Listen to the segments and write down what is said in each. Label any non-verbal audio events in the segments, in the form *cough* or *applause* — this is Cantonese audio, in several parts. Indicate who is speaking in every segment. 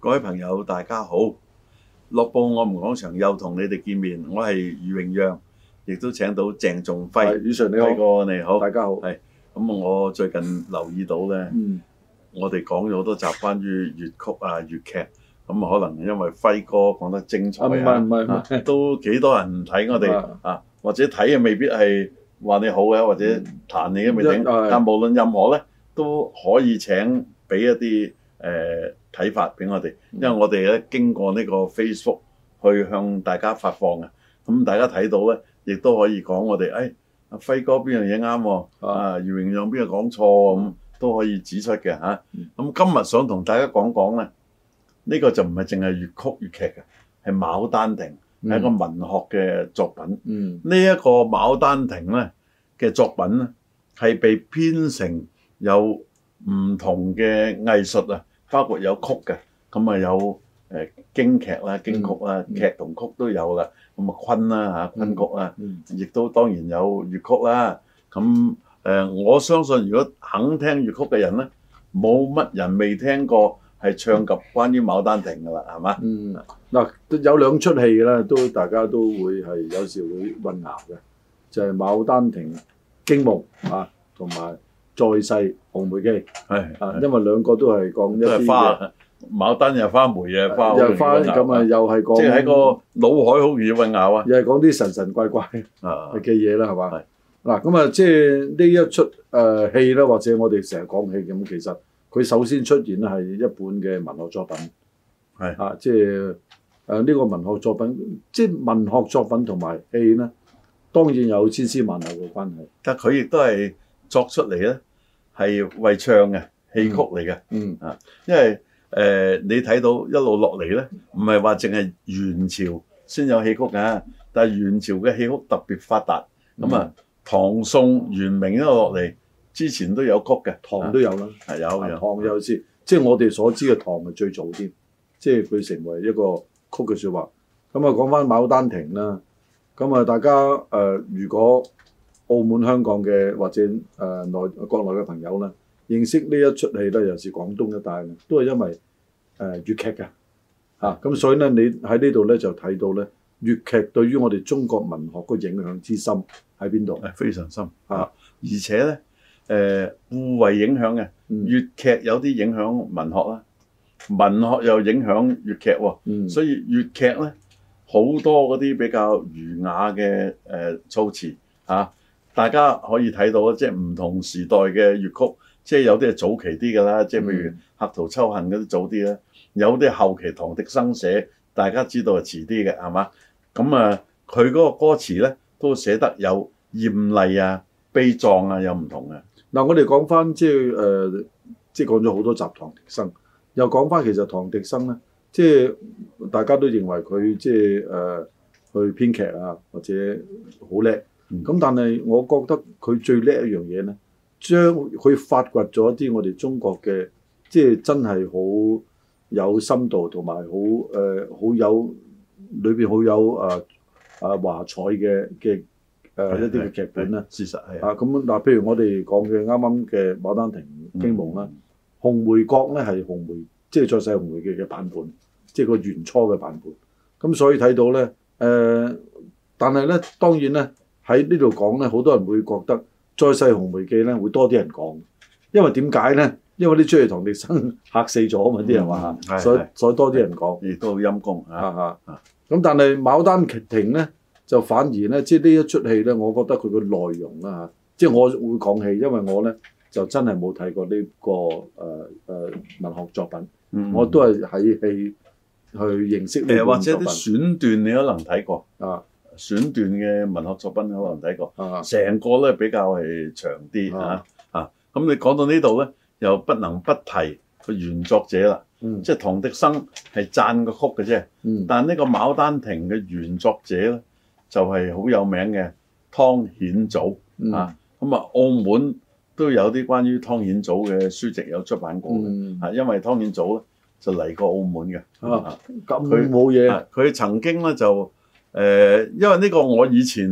Speaker 1: 各位朋友，大家好！樂報我們講場又同你哋見面，我係余榮陽，亦都請到鄭仲
Speaker 2: 係，
Speaker 1: 輝。
Speaker 2: 宇順你好，
Speaker 1: 輝哥你好。
Speaker 2: 大家好。
Speaker 1: 係咁我最近留意到咧，
Speaker 2: 嗯，
Speaker 1: 我哋講咗好多集關於粵曲啊、粵劇，咁可能因為輝哥講得精彩
Speaker 2: 啊，唔係唔
Speaker 1: 啊，
Speaker 2: 係唔
Speaker 1: 啊
Speaker 2: 係，
Speaker 1: 都幾多人睇我哋
Speaker 2: 啊
Speaker 1: 啊，或者睇啊未必係話你好嘅，或者彈你都未定
Speaker 2: 嗯一。啊係
Speaker 1: 但無論任何咧，都可以請俾一啲誒睇法俾我哋，
Speaker 2: 嗯
Speaker 1: 因為我哋咧經過呢個 Facebook 去向大家發放嘅，咁大家睇到咧，亦都可以講我哋誒。哎阿輝哥邊樣嘢啱喎？
Speaker 2: 啊
Speaker 1: 啊，余榮讓邊樣講錯喎咁都可以指出嘅嚇。
Speaker 2: 嗯
Speaker 1: 咁、今日想同大家講講咧，呢、個就唔係淨係粵曲粵劇嘅，係《牡丹亭》
Speaker 2: 嗯
Speaker 1: 係一個文學嘅作品。
Speaker 2: 嗯
Speaker 1: 呢、一個《牡丹亭》咧嘅作品咧，係被編成有唔同嘅藝術啊，包括有曲嘅，咁啊有誒、呃、京劇啦、京曲啦、
Speaker 2: 嗯
Speaker 1: 劇同曲都有啦，咁啊昆啦嚇、昆曲啦。
Speaker 2: 嗯
Speaker 1: 亦都當然有粵曲啦。咁誒、呃我相信如果肯聽粵曲嘅人咧，冇乜人未聽過係唱及關於《牡丹亭》㗎啦，係嘛？
Speaker 2: 嗯，嗱都有兩出戲咧，都大家都會係有時會混淆嘅，就係《牡丹亭驚夢》啊，同埋《再世紅梅記》
Speaker 1: 係
Speaker 2: 啊，因為兩個都係講一
Speaker 1: 都係
Speaker 2: 啲
Speaker 1: 花
Speaker 2: 嘅
Speaker 1: 啊，牡丹又係花梅又係花，好容
Speaker 2: 又
Speaker 1: 易
Speaker 2: 花
Speaker 1: 混淆
Speaker 2: 咁啊，，又係講
Speaker 1: 即係喺個腦海好容易混淆啊！
Speaker 2: 又係講啲神神怪怪。
Speaker 1: 啊，
Speaker 2: 嘅嘢啦，係
Speaker 1: 係
Speaker 2: 嘛？嗱，咁啊，即係呢一出誒、呃、戲啦，或者我哋成日講戲咁，其實佢首先出現咧係一本嘅文學作品，
Speaker 1: 係
Speaker 2: 啊，即係誒呢個文學作品，即係文學作品同埋戲咧，當然有千絲萬縷嘅關係。
Speaker 1: 但佢亦都係作出嚟咧，係為唱嘅戲曲嚟嘅，
Speaker 2: 嗯
Speaker 1: 因為誒、呃你睇到一路落嚟咧，唔係話淨係元朝先有戲曲㗎，但係元朝嘅戲曲特別發達。咁
Speaker 2: 嗯
Speaker 1: 啊，唐宋元明一路落嚟之前都有曲嘅，
Speaker 2: 唐都有啦，
Speaker 1: 係有
Speaker 2: 啊
Speaker 1: 有
Speaker 2: 唐有先，即係我哋所知嘅唐係最早添，即係佢成為一個曲嘅説話。咁啊，講翻《牡丹亭》啦，咁啊，大家誒、呃如果澳門、香港嘅或者呃誒內、國內嘅朋友咧，認識呢一出戲咧，尤其是廣東一帶咧，都係因為誒、呃、粵劇嘅嚇。咁、所以咧，你喺呢度咧就睇到咧，粵劇對於我哋中國文學個影響之深喺邊度？
Speaker 1: 係非常深啊
Speaker 2: 啊！
Speaker 1: 而且咧，誒、互為影響嘅，
Speaker 2: 嗯
Speaker 1: 粵劇有啲影響文學啦，文學又影響粵劇喎，
Speaker 2: 嗯
Speaker 1: 所以粵劇咧好多嗰啲比較儒雅嘅誒、呃措辭嚇、啊大家可以睇到即係唔同時代嘅粵曲，即係有啲係早期啲㗎啦，即係譬如
Speaker 2: 嗯
Speaker 1: 客途秋恨嗰啲早啲啦，有啲係後期唐滌生寫，大家知道係遲啲嘅係嘛？咁啊，佢嗰個歌詞咧都寫得有豔麗啊、悲壯啊，有唔同嘅。
Speaker 2: 嗱，我哋講翻即係誒、呃即係講咗好多集唐迪生，又講翻其實唐迪生咧，即係大家都認為佢即係誒、呃去編劇啊，或者好叻。咁、
Speaker 1: 嗯
Speaker 2: 但係我覺得佢最叻一樣嘢咧，將佢發掘咗一啲我哋中國嘅，即係真係好有深度同埋好誒好有裏邊好有誒誒華彩嘅嘅誒一啲嘅劇本啦。
Speaker 1: 事實係啊
Speaker 2: 啊，咁嗱，譬如我哋講嘅啱啱嘅《牡丹亭
Speaker 1: 嗯
Speaker 2: 驚夢》啊啦，紅梅閣》咧係紅梅，即係再世紅梅記嘅版本，即係個原初嘅版本。咁所以睇到咧，誒、但係咧，當然咧喺呢度講咧，好多人會覺得《再世紅梅記》咧會多啲人講，因為點解咧？因為啲追嚟唐滌生嚇死咗啊嘛，啲人話
Speaker 1: 嗯係，
Speaker 2: 所以
Speaker 1: 係
Speaker 2: 所以多啲人講。
Speaker 1: 亦都好陰功啊！
Speaker 2: 啊
Speaker 1: 啊
Speaker 2: 啊！咁但係《牡丹亭》咧，就反而咧，即係呢一出戲咧，我覺得佢嘅內容啦嚇，即係我會講戲，因為我咧就真係冇睇過呢、個誒誒、呃文學作品，
Speaker 1: 嗯
Speaker 2: 我都係喺戲去認識呢
Speaker 1: 誒，
Speaker 2: 本
Speaker 1: 或者
Speaker 2: 作品
Speaker 1: 啲選段你可能睇過，
Speaker 2: 啊
Speaker 1: 選段嘅文學作品你可能睇過。
Speaker 2: 啊
Speaker 1: 成個咧比較係長啲嚇
Speaker 2: 啊
Speaker 1: 啊！咁、你講到呢度咧，又不能不提個原作者啦，
Speaker 2: 嗯
Speaker 1: 即係唐滌生係讚個曲嘅啫。
Speaker 2: 嗯
Speaker 1: 但呢個《牡丹亭》嘅原作者咧，就係、好有名嘅湯顯祖
Speaker 2: 嗯
Speaker 1: 啊。咁啊，澳門都有啲關於湯顯祖嘅書籍有出版過嘅、
Speaker 2: 嗯
Speaker 1: 啊，因為湯顯祖咧就嚟過澳門嘅。
Speaker 2: 啊咁
Speaker 1: 佢
Speaker 2: 冇嘢
Speaker 1: 啊佢曾經咧就誒、呃因為呢個我以前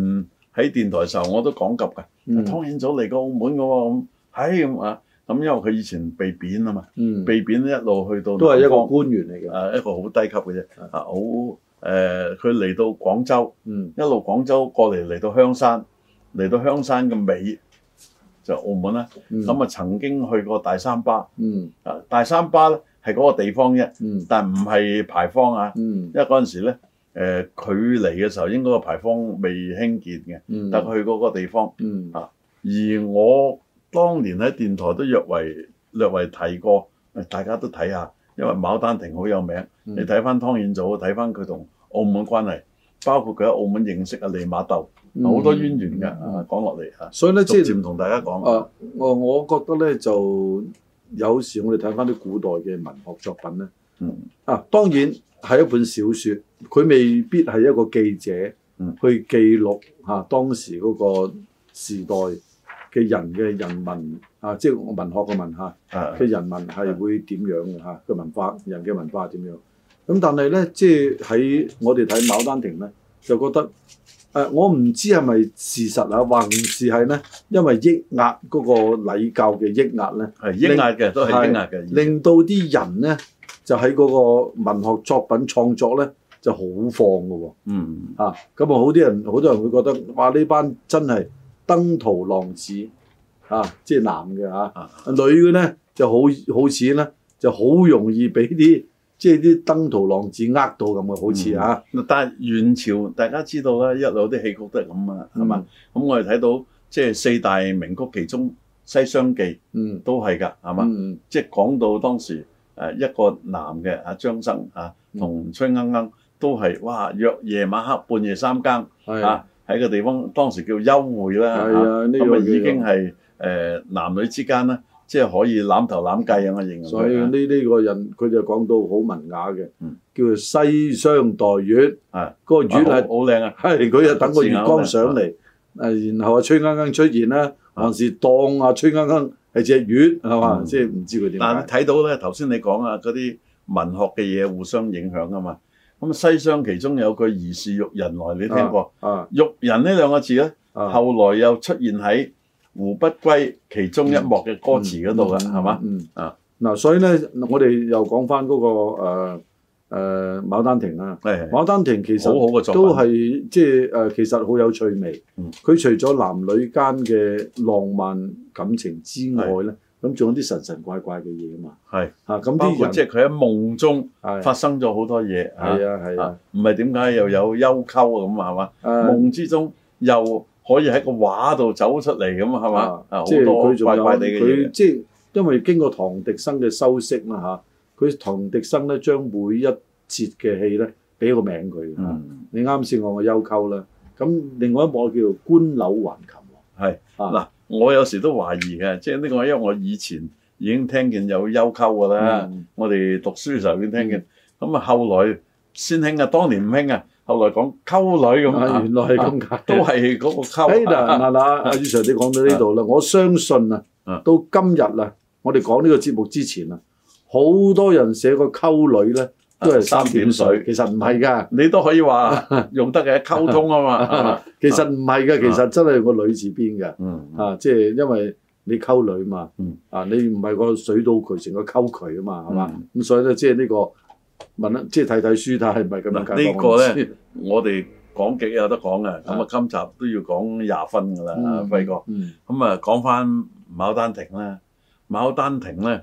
Speaker 1: 喺電台時候我都講及嘅。
Speaker 2: 嗯
Speaker 1: 湯顯祖嚟過澳門嘅喎，咁，唉咁啊，咁咁因為佢以前被貶啊嘛，
Speaker 2: 嗯，
Speaker 1: 被貶一路去到
Speaker 2: 都係一
Speaker 1: 南
Speaker 2: 個
Speaker 1: 方
Speaker 2: 官員嚟嘅，
Speaker 1: 啊一個好低級嘅啫
Speaker 2: 啊
Speaker 1: 啊好誒，呃佢嚟到廣州，
Speaker 2: 嗯
Speaker 1: 一路廣州過嚟嚟到香山，嚟到香山嘅尾就澳門啦。
Speaker 2: 嗯
Speaker 1: 咁啊曾經去過大三巴
Speaker 2: 嗯
Speaker 1: 啊，大三巴咧係嗰個地方啫，
Speaker 2: 嗯
Speaker 1: 但唔係牌坊啊，
Speaker 2: 嗯
Speaker 1: 因為嗰陣時咧。誒佢嚟嘅時候，應該個牌坊未興建嘅，
Speaker 2: 嗯，
Speaker 1: 但佢去嗰個地方，
Speaker 2: 嗯
Speaker 1: 而我當年喺電台都略為略為提過，誒大家都睇下，因為牡丹亭好有名。
Speaker 2: 嗯
Speaker 1: 你睇翻湯顯祖，睇翻佢同澳門關係，包括佢喺澳門認識啊利馬竇，好多淵源嘅。
Speaker 2: 嗯
Speaker 1: 啊講落嚟啊，
Speaker 2: 所以咧，
Speaker 1: 逐
Speaker 2: 即係
Speaker 1: 漸同大家講
Speaker 2: 啊，我我覺得咧就有時我哋睇翻啲古代嘅文學作品咧，
Speaker 1: 嗯
Speaker 2: 啊，當然係一本小説，佢未必係一個記者、
Speaker 1: 嗯
Speaker 2: 去記錄嚇、啊、當時嗰個時代嘅人嘅人民啊，即係文學嘅文嚇
Speaker 1: 啊
Speaker 2: 嘅人民係會點樣嘅嚇嘅文化，人嘅文化係點樣？咁但係咧，即係喺我哋睇《牡丹亭》咧，就覺得誒、呃我唔知係咪事實啊，還是係咧，因為抑壓嗰個禮教嘅抑壓咧。
Speaker 1: 係抑壓嘅，都係抑壓嘅。
Speaker 2: 令到啲人咧就喺嗰個文學作品創作咧就好放嘅喎、
Speaker 1: 嗯，
Speaker 2: 啊咁啊好啲人好多人會覺得哇呢班真係登徒浪子啊，即係男嘅嚇、
Speaker 1: 啊
Speaker 2: 女嘅咧就好好似咧就好容易俾啲即係啲登徒浪子呃到咁嘅，好似嚇、啊
Speaker 1: 但係元朝大家知道啦，一路啲戲曲都係咁啊，
Speaker 2: 嗯
Speaker 1: 係嘛？咁我哋睇到即係四大名曲其中《西廂記》
Speaker 2: 嗯
Speaker 1: 都係㗎，係嘛？
Speaker 2: 嗯
Speaker 1: 即係講到當時誒一個男嘅啊張生啊
Speaker 2: 嗯
Speaker 1: 同崔鶯鶯都係哇約夜晚黑半夜三更
Speaker 2: 係
Speaker 1: 啊喺個地方當時叫幽會啦
Speaker 2: 係啊
Speaker 1: 啊
Speaker 2: 呢個
Speaker 1: 咁啊
Speaker 2: 叫
Speaker 1: 已經係誒男女之間咧，即係可以攬頭攬計啊！我形容
Speaker 2: 所以呢
Speaker 1: 佢
Speaker 2: 呢個人佢就講到好文雅嘅
Speaker 1: 嗯，
Speaker 2: 叫做西廂待月，
Speaker 1: 啊
Speaker 2: 個月
Speaker 1: 啊
Speaker 2: 係
Speaker 1: 好好靚啊！
Speaker 2: 係佢就等個月光上嚟，誒，然後啊崔鶯鶯出現啦，
Speaker 1: 啊
Speaker 2: 還是當啊崔鶯鶯係隻月係嘛？
Speaker 1: 嗯
Speaker 2: 即係唔知佢點啊
Speaker 1: 但係
Speaker 2: 解。
Speaker 1: 睇到咧頭先你講啊嗰啲文學嘅嘢互相影響啊嘛。咁西廂其中有句疑是玉人來，你聽過？
Speaker 2: 啊
Speaker 1: 玉人呢兩個字咧？
Speaker 2: 啊，
Speaker 1: 後來又出現喺《胡不歸》其中一幕嘅歌詞嗰度嘅，啊係嘛？
Speaker 2: 嗯
Speaker 1: 啊
Speaker 2: 嗱，所以咧，我哋又講翻嗰個誒誒《牡丹亭》啦，《
Speaker 1: 係
Speaker 2: 牡丹亭》其實
Speaker 1: 好好嘅作品
Speaker 2: 都係即係誒，其實好有趣味
Speaker 1: 嗯。
Speaker 2: 佢除咗男女間嘅浪漫感情之外咧，咁仲有啲神神怪怪嘅嘢嘛。
Speaker 1: 係，
Speaker 2: 啊，咁
Speaker 1: 包
Speaker 2: 啲
Speaker 1: 括
Speaker 2: 人
Speaker 1: 即係佢喺夢中
Speaker 2: 係
Speaker 1: 發生咗好多嘢
Speaker 2: 係啊係嗯啊
Speaker 1: 啊，唔係點解又有幽溝啊咁係嘛？
Speaker 2: 誒
Speaker 1: 夢之中又可以喺個畫度走出嚟咁係嘛？啊，好
Speaker 2: 即係
Speaker 1: 多
Speaker 2: 佢仲
Speaker 1: 怪
Speaker 2: 有
Speaker 1: 怪地嘅
Speaker 2: 佢
Speaker 1: 嘢，
Speaker 2: 即係因為經過唐迪生嘅修飾啦嚇，佢唐迪生咧將每一節嘅戲咧俾個名佢、嚇
Speaker 1: 嗯，
Speaker 2: 你啱先講個幽溝啦，咁另外一幕叫做觀柳還琴王
Speaker 1: 係
Speaker 2: 啊
Speaker 1: 嗱，我有時都懷疑嘅，即係呢個因為我以前已經聽見有幽溝㗎啦。
Speaker 2: 嗯
Speaker 1: 我哋讀書嘅時候已經聽見，咁啊後來先興啊，當年唔興啊，後來講溝女咁
Speaker 2: 啊
Speaker 1: 啊
Speaker 2: 原來係咁解。 *laughs*
Speaker 1: 都係嗰個
Speaker 2: 誒
Speaker 1: 溝
Speaker 2: 嗱
Speaker 1: 啊，
Speaker 2: 嗱嗱，阿宇 Sir 你講到呢度啦，我相信啊
Speaker 1: 啊，
Speaker 2: 到今日啊，我哋講呢個節目之前啊，好多人寫個溝女咧都係
Speaker 1: 啊
Speaker 2: 三點水
Speaker 1: 三點水，
Speaker 2: 其實唔係㗎。
Speaker 1: 你都可以
Speaker 2: *laughs*
Speaker 1: 話用得嘅溝通啊嘛係嘛，
Speaker 2: 其實唔係
Speaker 1: 啊
Speaker 2: 嘅，其實真係個女字邊嘅，
Speaker 1: 嗯，
Speaker 2: 啊，即係因為你溝女嘛
Speaker 1: 嗯，
Speaker 2: 啊，你唔係個水到渠成個溝渠啊嘛，係嘛？咁所以咧，即係呢個問啦，即係睇睇書，但係唔係咁樣
Speaker 1: 嗱
Speaker 2: 解
Speaker 1: 呢
Speaker 2: 放
Speaker 1: 個
Speaker 2: 先
Speaker 1: 咧我哋講極有得講嘅，咁啊今集都要講廿分㗎啦，
Speaker 2: 嗯
Speaker 1: 輝哥，
Speaker 2: 嗯
Speaker 1: 咁啊講翻牡丹亭啦，牡丹亭咧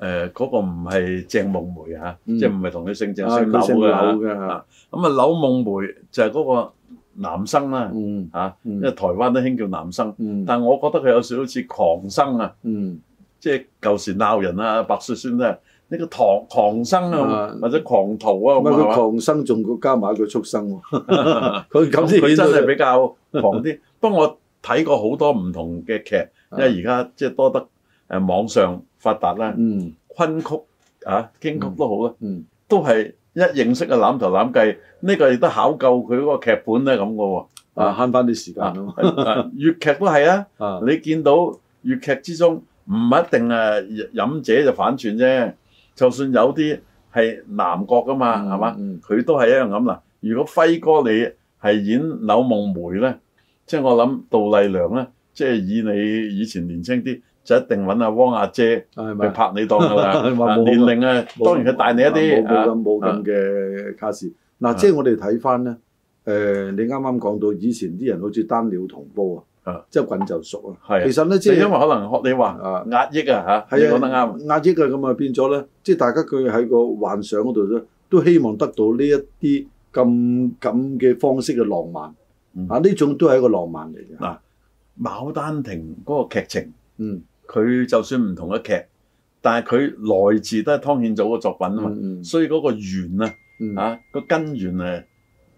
Speaker 1: 誒嗰個唔係鄭夢梅啊，
Speaker 2: 嗯
Speaker 1: 即係唔係同佢姓鄭
Speaker 2: 啊
Speaker 1: 姓
Speaker 2: 佢姓
Speaker 1: 柳
Speaker 2: 柳
Speaker 1: 㗎，
Speaker 2: 嘅嚇
Speaker 1: 啊咁啊柳夢梅就係嗰個男生啦。
Speaker 2: 嗯
Speaker 1: 嚇、因為
Speaker 2: 嗯
Speaker 1: 台灣都興叫男生，
Speaker 2: 嗯
Speaker 1: 但我覺得佢有少少似狂生啊，
Speaker 2: 嗯
Speaker 1: 即係舊時鬧人啊，白雪仙啊，呢個狂狂生啊
Speaker 2: 啊，
Speaker 1: 或者狂徒啊
Speaker 2: 咁佢
Speaker 1: 咁
Speaker 2: 狂生仲加埋一句畜
Speaker 1: *laughs*
Speaker 2: 生喎，
Speaker 1: 啊，
Speaker 2: 佢
Speaker 1: 咁
Speaker 2: 咁先
Speaker 1: 佢
Speaker 2: 顯
Speaker 1: 真
Speaker 2: 到
Speaker 1: 係比較狂啲。不過我睇過好多唔同嘅劇，因為而家即係多得誒網上發達啦，
Speaker 2: 嗯
Speaker 1: 昆曲啊、京劇都好啦，
Speaker 2: 嗯
Speaker 1: 都係一認識嘅啊攬頭攬計，呢個亦都考究佢嗰個劇本咧咁嘅喎。
Speaker 2: 啊
Speaker 1: 啊，
Speaker 2: 慳翻啲時間
Speaker 1: 啊
Speaker 2: 啊嘛 *laughs*
Speaker 1: 啊粵劇都係啊。
Speaker 2: 啊
Speaker 1: 你見到粵劇之中唔一定誒飲者就反串啫，就算有啲係南國噶嘛，啊係嘛、
Speaker 2: 嗯
Speaker 1: 佢都係一樣咁嗱。如果輝哥你係演柳夢梅咧，即係我諗杜麗娘咧，即係以你以前年青啲，就一定揾阿汪阿姐
Speaker 2: 啊係
Speaker 1: 去
Speaker 2: 咪？
Speaker 1: 拍你
Speaker 2: *laughs*
Speaker 1: 檔㗎
Speaker 2: 話
Speaker 1: 啦。啊
Speaker 2: 冇
Speaker 1: 年齡啊，
Speaker 2: 冇
Speaker 1: 當然佢大你一啲
Speaker 2: 冇
Speaker 1: 啊
Speaker 2: 咁冇咁嘅卡士。嗱，即係我哋睇翻咧，誒，你啱啱講到以前啲人好似單料同煲啊
Speaker 1: 啊，
Speaker 2: 即係滾就熟啊。
Speaker 1: 係啊
Speaker 2: 其實咧，即
Speaker 1: 即係
Speaker 2: 係
Speaker 1: 因為可能學你話
Speaker 2: 啊。
Speaker 1: 壓抑啊嚇，你
Speaker 2: 係啊，
Speaker 1: 講得啱。
Speaker 2: 壓抑啊，咁啊變咗咧，即係大家佢喺個幻想嗰度咧，都希望得到呢一啲咁咁嘅方式嘅浪漫。
Speaker 1: 嗯
Speaker 2: 啊，呢種都係一個浪漫嚟嘅。
Speaker 1: 嗱牡丹亭嗰個劇情，
Speaker 2: 嗯，
Speaker 1: 佢就算唔同嘅劇，但係佢來自都係湯顯祖嘅作品啊嘛，
Speaker 2: 嗯
Speaker 1: 所以嗰個源啊
Speaker 2: 嗯
Speaker 1: 啊個根源誒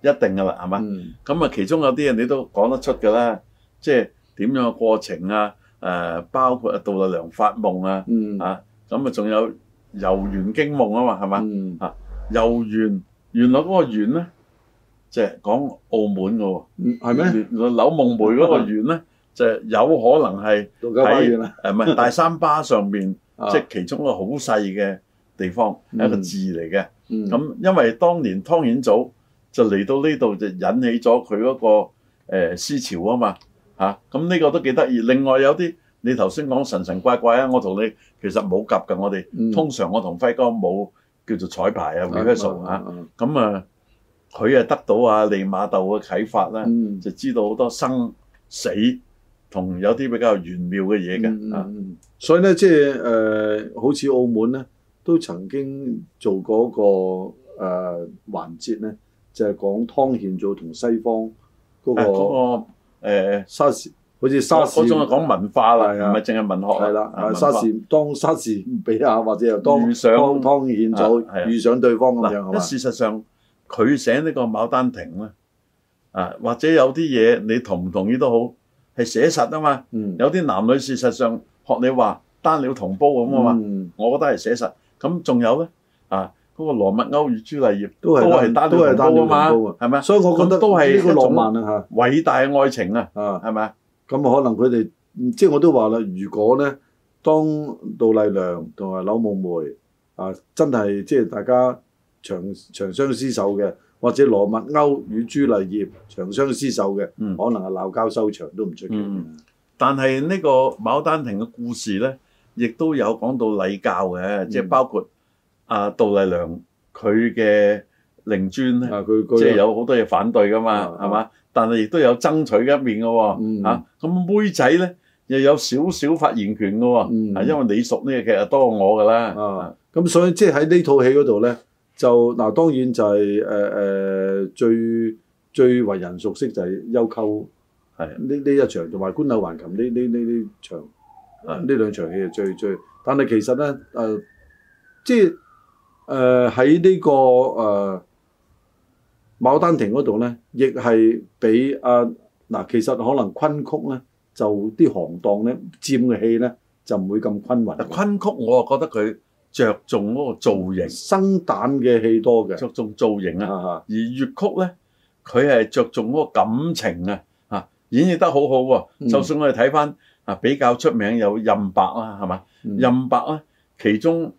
Speaker 1: 一定㗎啦，係嘛？
Speaker 2: 嗯
Speaker 1: 咁啊，其中有啲嘢你都講得出㗎啦，即係點樣嘅過程啊？誒、包括啊，杜麗娘發夢啊，
Speaker 2: 嗯
Speaker 1: 啊，咁啊，仲有遊園驚夢啊嘛，係嘛？
Speaker 2: 嗯
Speaker 1: 遊園原來嗰個園咧，就係、講澳門嘅喎，
Speaker 2: 嗯，係咩？
Speaker 1: 原來柳夢梅嗰個園咧，就係有可能係
Speaker 2: 度假花園啊，
Speaker 1: 誒唔
Speaker 2: *laughs*
Speaker 1: 係大三巴上面，
Speaker 2: 啊
Speaker 1: 即係其中一個好細嘅地方，
Speaker 2: 嗯
Speaker 1: 係一個字嚟嘅。
Speaker 2: 嗯
Speaker 1: 咁因為當年湯顯祖就嚟到呢度就引起咗佢嗰個、呃、思潮啊嘛嚇，咁、呢個都幾得意。另外有啲你頭先講神神怪怪啊，我同你其實冇夾㗎，我哋、
Speaker 2: 嗯
Speaker 1: 通常我同輝哥冇叫做彩排啊 rehearsal 啊，
Speaker 2: 啊
Speaker 1: 咁啊佢啊得到啊利馬竇嘅啟發啦，
Speaker 2: 嗯
Speaker 1: 就知道好多生死同有啲比較玄妙嘅嘢
Speaker 2: 嗯
Speaker 1: 嘅啊，
Speaker 2: 嗯嗯所以咧，即係誒、呃好似澳門咧，都曾經做過一個誒、呃、環節咧，就係、講湯顯祖同西方
Speaker 1: 誒
Speaker 2: 嗰、個
Speaker 1: 啊嗰、個誒
Speaker 2: 沙士，好似沙士
Speaker 1: 嗰種係講文化啦，
Speaker 2: 係啊
Speaker 1: 唔係淨係文學
Speaker 2: 係啦，
Speaker 1: 啊
Speaker 2: 啊
Speaker 1: 文
Speaker 2: 沙
Speaker 1: 化
Speaker 2: 士當沙士唔俾啊，或者又當
Speaker 1: 遇上
Speaker 2: 當湯顯
Speaker 1: 啊係啊
Speaker 2: 祖遇上對方咁樣係
Speaker 1: 嗱，
Speaker 2: 嘛
Speaker 1: 一？事實上佢寫呢個牡丹亭咧，啊或者有啲嘢你同唔同意都好，係寫實啊嘛。
Speaker 2: 嗯，
Speaker 1: 有啲男女事實上學你話單料同煲咁啊嘛，
Speaker 2: 嗯
Speaker 1: 我覺得係寫實。咁仲有咧啊，嗰、個羅密歐與朱麗葉
Speaker 2: 都係
Speaker 1: 係單料
Speaker 2: 單
Speaker 1: 同煲啊
Speaker 2: 同
Speaker 1: 嘛，係咪？
Speaker 2: 所以我覺得
Speaker 1: 咁都係
Speaker 2: 呢個
Speaker 1: 一種
Speaker 2: 浪漫啊
Speaker 1: 偉大嘅愛情啊，
Speaker 2: 嚇啊！
Speaker 1: 係咪啊？
Speaker 2: 咁可能佢哋嗯即係我都話啦，如果咧當杜麗娘同埋柳夢梅啊，真係即係大家長長相廝守嘅，或者羅密歐與朱麗葉長相廝守嘅，
Speaker 1: 嗯
Speaker 2: 可能係鬧交收場都唔出奇嘅。
Speaker 1: 嗯但係呢個牡丹亭嘅故事咧，亦都有講到禮教嘅，
Speaker 2: 嗯
Speaker 1: 即係包括啊杜麗娘佢嘅靈尊咧。
Speaker 2: 啊，佢佢
Speaker 1: 嗯即係有好多嘢反對噶嘛
Speaker 2: 啊，啊
Speaker 1: 係嘛？但係亦都有爭取嘅一面嘅
Speaker 2: 嗯
Speaker 1: 喎，啊咁妹仔咧又有少少發言權嘅
Speaker 2: 嗯
Speaker 1: 喎，啊因為你熟呢個劇啊多過我㗎啦，
Speaker 2: 啊
Speaker 1: 啊，
Speaker 2: 咁所以即係喺呢套戲嗰度咧，就嗱、當然就係誒誒最最為人熟悉就係幽媾
Speaker 1: 係
Speaker 2: 呢呢一場，同埋官柳橫琴呢呢呢呢場啊
Speaker 1: 係
Speaker 2: 呢兩場戲係最最，但係其實咧誒、呃即係誒喺呢個誒、呃、牡丹亭嗰度咧，亦係俾啊嗱，其實可能昆曲咧就啲行當咧佔嘅戲咧就唔會咁均勻嘅。
Speaker 1: 但昆曲我啊覺得佢着重嗰個造型，
Speaker 2: 生蛋嘅戲多嘅，
Speaker 1: 着重造型啊，
Speaker 2: 啊
Speaker 1: 而粵曲咧佢係着重嗰個感情啊，啊演繹得好好
Speaker 2: 嗯
Speaker 1: 喎，就算我哋睇翻啊比較出名有任白啦，係嘛？
Speaker 2: 任
Speaker 1: 任白咧其中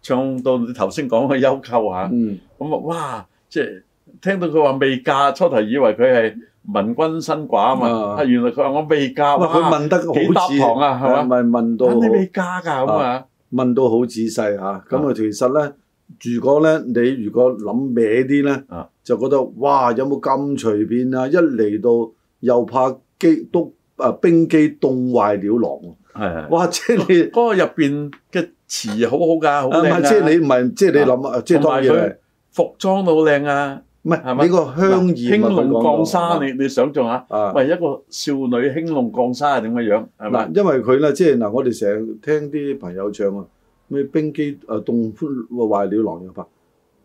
Speaker 1: 唱到你頭先講嘅幽媾嚇。
Speaker 2: 嗯
Speaker 1: 咁啊，哇！即係聽到佢話未嫁，初頭以為佢係民軍新寡啊嘛，
Speaker 2: 啊
Speaker 1: 啊原來佢話我未嫁，
Speaker 2: 哇！啊佢
Speaker 1: 哇！
Speaker 2: 問得好
Speaker 1: 幾搭
Speaker 2: 似
Speaker 1: 堂啊係嘛
Speaker 2: 咪問到
Speaker 1: 啊你未
Speaker 2: 好
Speaker 1: 嫁㗎咁啊，
Speaker 2: 問到好仔細嚇。咁啊，其實咧，如果咧你如果諗歪啲咧
Speaker 1: 啊，
Speaker 2: 就覺得哇有冇咁隨便啊？一嚟到又怕機督啊冰機凍壞了狼，
Speaker 1: 係係。
Speaker 2: 哇！即係你
Speaker 1: 嗰個入邊嘅詞好好㗎，好
Speaker 2: 啊唔
Speaker 1: 靚
Speaker 2: 係
Speaker 1: 㗎。
Speaker 2: 即係你唔係即係你諗啊，即係
Speaker 1: 同
Speaker 2: 當
Speaker 1: 埋
Speaker 2: 然
Speaker 1: 佢
Speaker 2: 係
Speaker 1: 服裝都好靚啊，
Speaker 2: 唔
Speaker 1: 係
Speaker 2: 係
Speaker 1: 咪
Speaker 2: 你個香豔
Speaker 1: 輕
Speaker 2: 啊佢
Speaker 1: 弄降
Speaker 2: 講到
Speaker 1: 沙，你你想象下，
Speaker 2: 啊。
Speaker 1: 喂一個少女輕弄降沙係點嘅樣係咪？
Speaker 2: 嗱，因為佢咧，即係嗱，我哋成日聽啲朋友唱啊，咩冰肌誒凍膚壞了狼又白，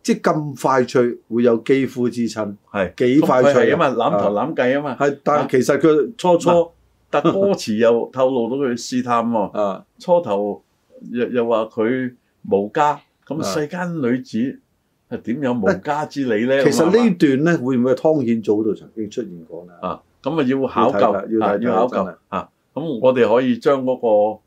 Speaker 2: 即係咁快脆會有肌膚之親，
Speaker 1: 係
Speaker 2: 幾快
Speaker 1: 咁佢係
Speaker 2: 脆
Speaker 1: 啊嘛，攬頭攬計啊嘛，
Speaker 2: 係，但係其實佢初初
Speaker 1: 但歌詞又透露到佢試探喎。
Speaker 2: 啊，
Speaker 1: 初頭又又話佢無家，咁
Speaker 2: 啊
Speaker 1: 世間女子係點有無家之理咧？
Speaker 2: 其實
Speaker 1: 咁啊
Speaker 2: 呢段咧會唔會係湯顯祖嗰度曾經出現過咧？
Speaker 1: 啊，咁啊要考
Speaker 2: 要睇
Speaker 1: 究，
Speaker 2: 啦要睇
Speaker 1: 啊
Speaker 2: 睇
Speaker 1: 要考
Speaker 2: 真
Speaker 1: 究
Speaker 2: 係
Speaker 1: 啊。咁我哋可以將嗰、個、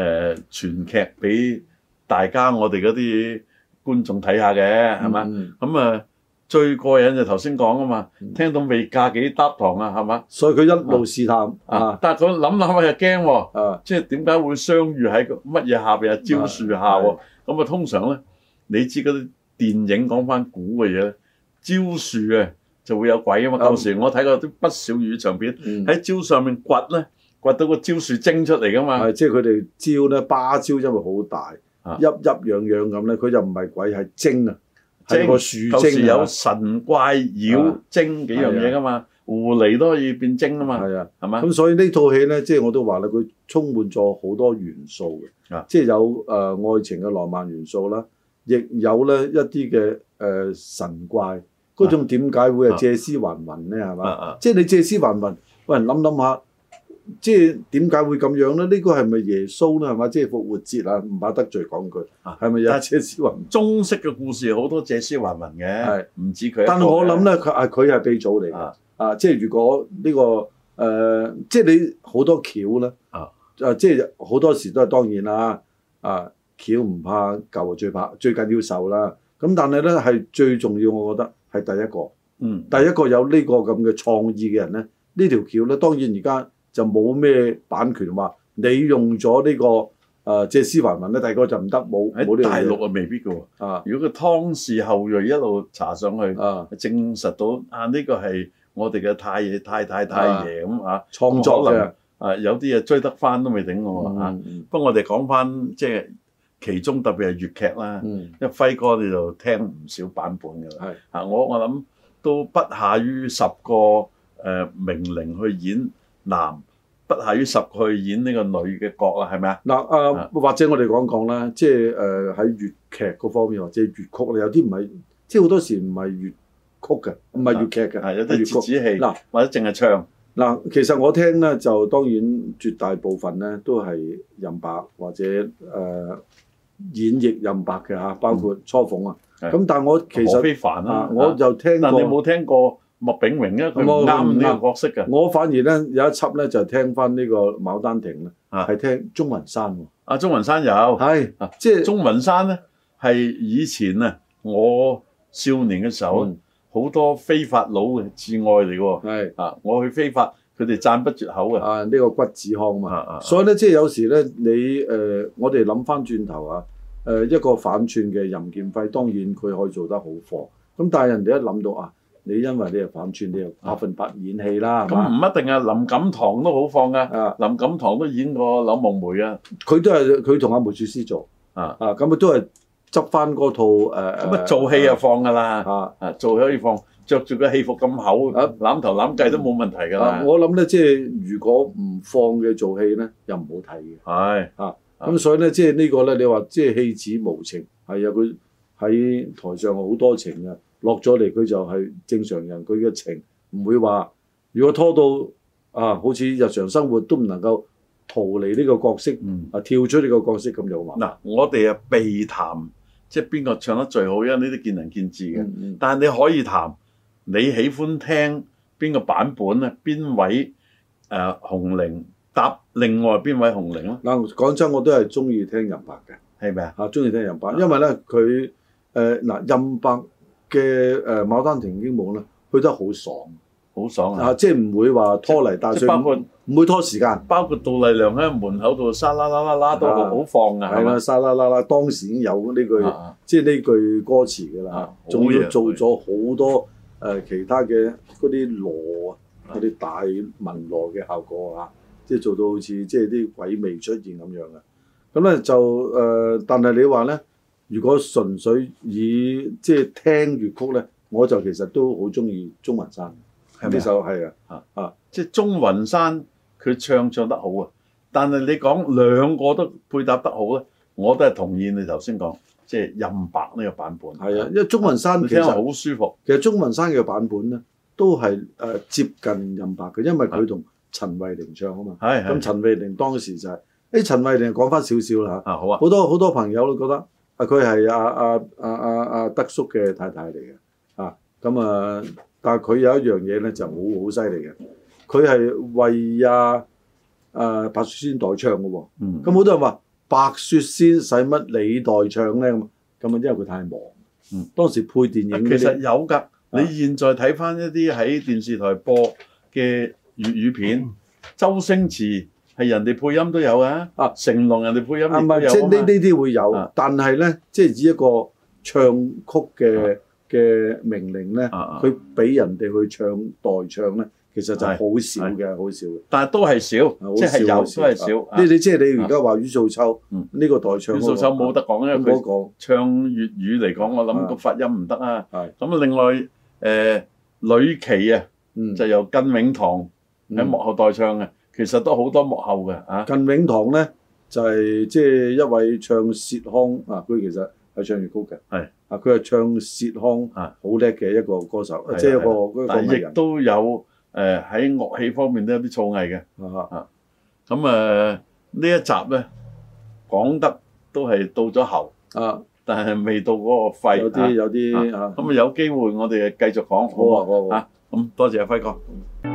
Speaker 1: 呃、全劇俾大家我哋嗰啲觀眾睇下嘅，係嘛？
Speaker 2: 嗯？
Speaker 1: 咁啊，最過癮就頭先講啊嘛
Speaker 2: 嗯，
Speaker 1: 聽到未嫁幾嗒糖啊，係嘛
Speaker 2: 所以佢一路試探
Speaker 1: 啊
Speaker 2: 啊？
Speaker 1: 但係佢諗諗下又驚喎，
Speaker 2: 啊，
Speaker 1: 即係點解會相遇喺個乜嘢下邊啊？蕉樹下喎，咁啊通常咧，你知嗰啲電影講翻古嘅嘢咧，蕉樹啊就會有鬼啊嘛。
Speaker 2: 嗯
Speaker 1: 舊時我睇過啲不少粵語長片，
Speaker 2: 嗯
Speaker 1: 喺蕉上面掘咧，掘到個蕉樹精出嚟噶嘛。
Speaker 2: 係即係佢哋蕉咧，芭蕉因為好大，
Speaker 1: 啊
Speaker 2: 一一樣樣咁咧，佢就唔係鬼係精啊，係
Speaker 1: 精
Speaker 2: 個樹
Speaker 1: 舊時
Speaker 2: 精
Speaker 1: 有
Speaker 2: 啊，
Speaker 1: 神怪妖
Speaker 2: 啊
Speaker 1: 精幾樣嘢噶嘛，狐狸都可以變精啊嘛，
Speaker 2: 係啊。
Speaker 1: 係嘛？
Speaker 2: 咁所以呢套戲咧，即係我都話啦，佢充滿咗好多元素嘅，
Speaker 1: 啊
Speaker 2: 即係有誒、呃、愛情嘅浪漫元素啦，亦有咧一啲嘅誒神怪嗰種點解會係借屍還魂咧？係嘛？
Speaker 1: 啊啊
Speaker 2: 即係你借屍還魂，喂諗諗下，即係點解會咁樣咧？呢、個係咪耶穌咧？係嘛？即係復活節啊，唔怕得罪講句，
Speaker 1: 啊
Speaker 2: 係咪有
Speaker 1: 但
Speaker 2: 借屍還魂？
Speaker 1: 中式嘅故事好多借屍還魂嘅
Speaker 2: 係，
Speaker 1: 唔止佢一個嘅。
Speaker 2: 但係我諗咧，佢係佢係鼻祖嚟嘅。
Speaker 1: 啊，
Speaker 2: 啊，即係如果呢、個誒、呃即係你好多橋啦，
Speaker 1: 啊，
Speaker 2: 誒即係好多時都係當然啦，啊，橋唔怕舊啊，最怕最緊要受啦。咁但係咧係最重要，我覺得係第一個，
Speaker 1: 嗯，
Speaker 2: 第一個有呢個咁嘅創意嘅人咧，呢條橋咧當然而家就冇咩版權話你用咗呢、個誒、呃借屍還魂咧，第二個就唔得，冇冇
Speaker 1: 喺
Speaker 2: 呢
Speaker 1: 大
Speaker 2: 樣嘢
Speaker 1: 陸啊未必嘅喎。
Speaker 2: 啊
Speaker 1: 如果個湯氏後裔一路查上去，
Speaker 2: 啊
Speaker 1: 證實到啊呢個係我哋嘅太爺太太太爺咁啊，
Speaker 2: 創作
Speaker 1: 可
Speaker 2: 嘅
Speaker 1: 能啊有啲嘢追得翻都未頂我喎啊。
Speaker 2: 嗯嗯
Speaker 1: 不過我哋講翻即係其中特別係粵劇啦，
Speaker 2: 嗯
Speaker 1: 因為輝哥你就聽唔少版本㗎啦。
Speaker 2: 係
Speaker 1: 啊，我我諗都不下於十個誒、呃名伶去演男，不下於十個去演呢個女嘅角啦，係咪啊？
Speaker 2: 嗱啊
Speaker 1: 啊，
Speaker 2: 或者我哋講講啦，即係誒喺粵劇嗰方面，或者粵曲咧，有啲唔係，即係好多時唔係粵曲嘅，唔係粵劇嘅，
Speaker 1: 係啊有
Speaker 2: 係
Speaker 1: 啲折子戲，
Speaker 2: 嗯嗱
Speaker 1: 或者淨係唱
Speaker 2: 嗱，其實我聽咧就當然絕大部分咧都係任白或者誒、呃演繹任白嘅嚇，包括初鳳啊。
Speaker 1: 嗯係
Speaker 2: 咁、但係我其
Speaker 1: 何
Speaker 2: 實
Speaker 1: 非凡啦、
Speaker 2: 啊，我就聽
Speaker 1: 但你
Speaker 2: 過，
Speaker 1: 冇聽過麥炳榮啊？佢唔
Speaker 2: 冇
Speaker 1: 啱
Speaker 2: 唔
Speaker 1: 呢
Speaker 2: 啱
Speaker 1: 個角色㗎。
Speaker 2: 我反而咧有一輯咧就聽翻呢個牡丹亭咧，
Speaker 1: 啊
Speaker 2: 係聽鍾雲山喎，
Speaker 1: 阿啊鐘雲山有，
Speaker 2: 係
Speaker 1: 啊
Speaker 2: 即係
Speaker 1: 鐘雲山咧係以前啊，我少年嘅時候
Speaker 2: 嗯
Speaker 1: 好、多非法佬嘅至愛嚟喎。
Speaker 2: 係。
Speaker 1: 啊，我去非法，佢哋讚不絕口嘅。
Speaker 2: 啊呢、個骨子腔嘛，
Speaker 1: 啊啊啊
Speaker 2: 所以咧即係有時咧你誒、呃我哋諗翻轉頭啊，誒、一個反串嘅任劍輝，當然佢可以做得好貨，咁但係人哋一諗到啊，你因為你係反串，你又百分百演戲啦，係
Speaker 1: 啊咁唔
Speaker 2: 嘛？
Speaker 1: 一定啊，林錦堂都好放㗎。
Speaker 2: 啊，
Speaker 1: 林錦堂都演過柳夢梅啊，
Speaker 2: 佢都係佢同阿梅雪詩做
Speaker 1: 啊
Speaker 2: 啊，咁佢都係執翻嗰套誒
Speaker 1: 咁啊做戲啊放㗎啦，
Speaker 2: 啊
Speaker 1: 啊做戲可以放，着住個戲服咁厚，
Speaker 2: 啊
Speaker 1: 攬頭攬計都冇問題㗎
Speaker 2: 啊
Speaker 1: 啦。
Speaker 2: 我諗咧即係如果唔放嘅做戲咧，又唔好睇嘅。
Speaker 1: 係啊
Speaker 2: 咁所以咧，即係呢個咧，你話即係戲子無情，係啊，佢喺台上好多情嘅，落咗嚟佢就係正常人，佢嘅情唔會話，如果拖到啊，好似日常生活都唔能夠逃離呢個角色，
Speaker 1: 嗯
Speaker 2: 啊跳出呢個角色咁就好麻煩。
Speaker 1: 嗱，我哋啊避談，即係邊個唱得最好，因為呢啲見仁見智嘅。
Speaker 2: 嗯嗯
Speaker 1: 但係你可以談，你喜歡聽邊個版本咧？邊位誒紅伶搭另外邊位紅伶咧？
Speaker 2: 嗱，講真，我都係中意聽任白嘅，
Speaker 1: 係咪啊？
Speaker 2: 啊，中意聽任白，因為咧佢誒嗱任白嘅誒《牡丹亭》英夢咧，去得好爽
Speaker 1: 好爽啊！
Speaker 2: 啊，即係唔會話拖泥帶
Speaker 1: 即係
Speaker 2: 水，
Speaker 1: 包括
Speaker 2: 唔會拖時間。
Speaker 1: 包括杜麗娘喺門口度沙啦啦啦啦都好
Speaker 2: 啊
Speaker 1: 好放啊，
Speaker 2: 係
Speaker 1: 係嘛
Speaker 2: 啦，沙啦啦啦，當時已經有呢句，
Speaker 1: 啊啊
Speaker 2: 即係呢句歌詞㗎啦
Speaker 1: 啊，
Speaker 2: 仲
Speaker 1: 好
Speaker 2: 要
Speaker 1: 嘢
Speaker 2: 做咗好多誒、呃其他嘅嗰啲鑼啊，嗰啲大文鑼嘅效果啊，即係做到好似即係啲鬼未出現咁樣嘅。咁咧就誒、呃但係你話咧，如果純粹以即係聽粵曲咧，我就其實都好中意鍾雲山
Speaker 1: 係咪
Speaker 2: 呢
Speaker 1: 啊
Speaker 2: 首係
Speaker 1: 啊
Speaker 2: 啊啊
Speaker 1: 即係鐘雲山佢唱唱得好啊，但係你講兩個都配搭得好咧，我都係同意你頭先講，即係任白呢個版本。
Speaker 2: 係啊，因為鍾雲山
Speaker 1: 你
Speaker 2: 其
Speaker 1: 聽
Speaker 2: 實
Speaker 1: 落好舒服。
Speaker 2: 其實鍾雲山嘅版本咧，都係誒、呃接近任白嘅，因為
Speaker 1: 啊
Speaker 2: 佢同陳慧玲唱啊嘛。
Speaker 1: 係
Speaker 2: 咁
Speaker 1: 係
Speaker 2: 陳慧玲當時就係、誒陳慧玲講翻少少啦嚇，
Speaker 1: 啊，好啊，
Speaker 2: 好多好多朋友都覺得啊，佢係阿阿阿阿阿德叔嘅太太嚟嘅啊。咁啊，但係佢有一樣嘢咧就好好犀利嘅，佢係為啊誒白雪仙代唱嘅喎。
Speaker 1: 嗯
Speaker 2: 咁好多人話白雪仙使乜你代唱咧咁咁啊，因為佢太忙。
Speaker 1: 嗯啊
Speaker 2: 當時配電影嗰啲啊
Speaker 1: 其實有㗎，你現在睇翻一啲喺電視台播嘅粵語片，
Speaker 2: 嗯
Speaker 1: 周星馳係人哋配音都有啊，
Speaker 2: 啊
Speaker 1: 成龍人哋配音
Speaker 2: 啊，唔
Speaker 1: 亦都
Speaker 2: 係即係呢
Speaker 1: 有啊
Speaker 2: 呢啲會有
Speaker 1: 啊，
Speaker 2: 但係咧，即係以一個唱曲嘅嘅命令咧，
Speaker 1: 嘛啊啊啊
Speaker 2: 佢俾人哋去唱代唱咧，其實就係好少嘅，好少嘅，
Speaker 1: 但係都係少
Speaker 2: 係好，
Speaker 1: 即係
Speaker 2: 少
Speaker 1: 有
Speaker 2: 好
Speaker 1: 都係少
Speaker 2: 啊。你
Speaker 1: 啊。
Speaker 2: 你即係你而家話於素秋
Speaker 1: 嗯
Speaker 2: 呢個代唱嗰個，啊
Speaker 1: 袁素手冇得講，因為
Speaker 2: 冇
Speaker 1: 佢
Speaker 2: 講
Speaker 1: 唱粵語嚟講，我
Speaker 2: 啊
Speaker 1: 諗個發音唔得啊。
Speaker 2: 係
Speaker 1: 咁另外誒呂琦啊，
Speaker 2: 嗯
Speaker 1: 就由靳永堂喺
Speaker 2: 嗯
Speaker 1: 幕後代唱嘅，其實都好多幕後嘅啊。
Speaker 2: 近永堂咧就係即係一位唱薛腔啊，佢其實係唱粵曲嘅，
Speaker 1: 係
Speaker 2: 啊，佢係唱薛腔
Speaker 1: 啊
Speaker 2: 好叻嘅一個歌手，
Speaker 1: 係啊
Speaker 2: 即係一個一個
Speaker 1: 但
Speaker 2: 藝
Speaker 1: 係亦
Speaker 2: 人
Speaker 1: 都有誒喺樂器方面都有啲造詣嘅。
Speaker 2: 啊，
Speaker 1: 咁誒呢一集咧講得都係到咗喉，
Speaker 2: 啊
Speaker 1: 但係未到嗰個肺。
Speaker 2: 有啲
Speaker 1: 啊
Speaker 2: 有啲啊，
Speaker 1: 咁啊有機會我哋繼續講，
Speaker 2: 好
Speaker 1: 好
Speaker 2: 啊好啊好啊
Speaker 1: 啊。。咁多謝阿輝哥。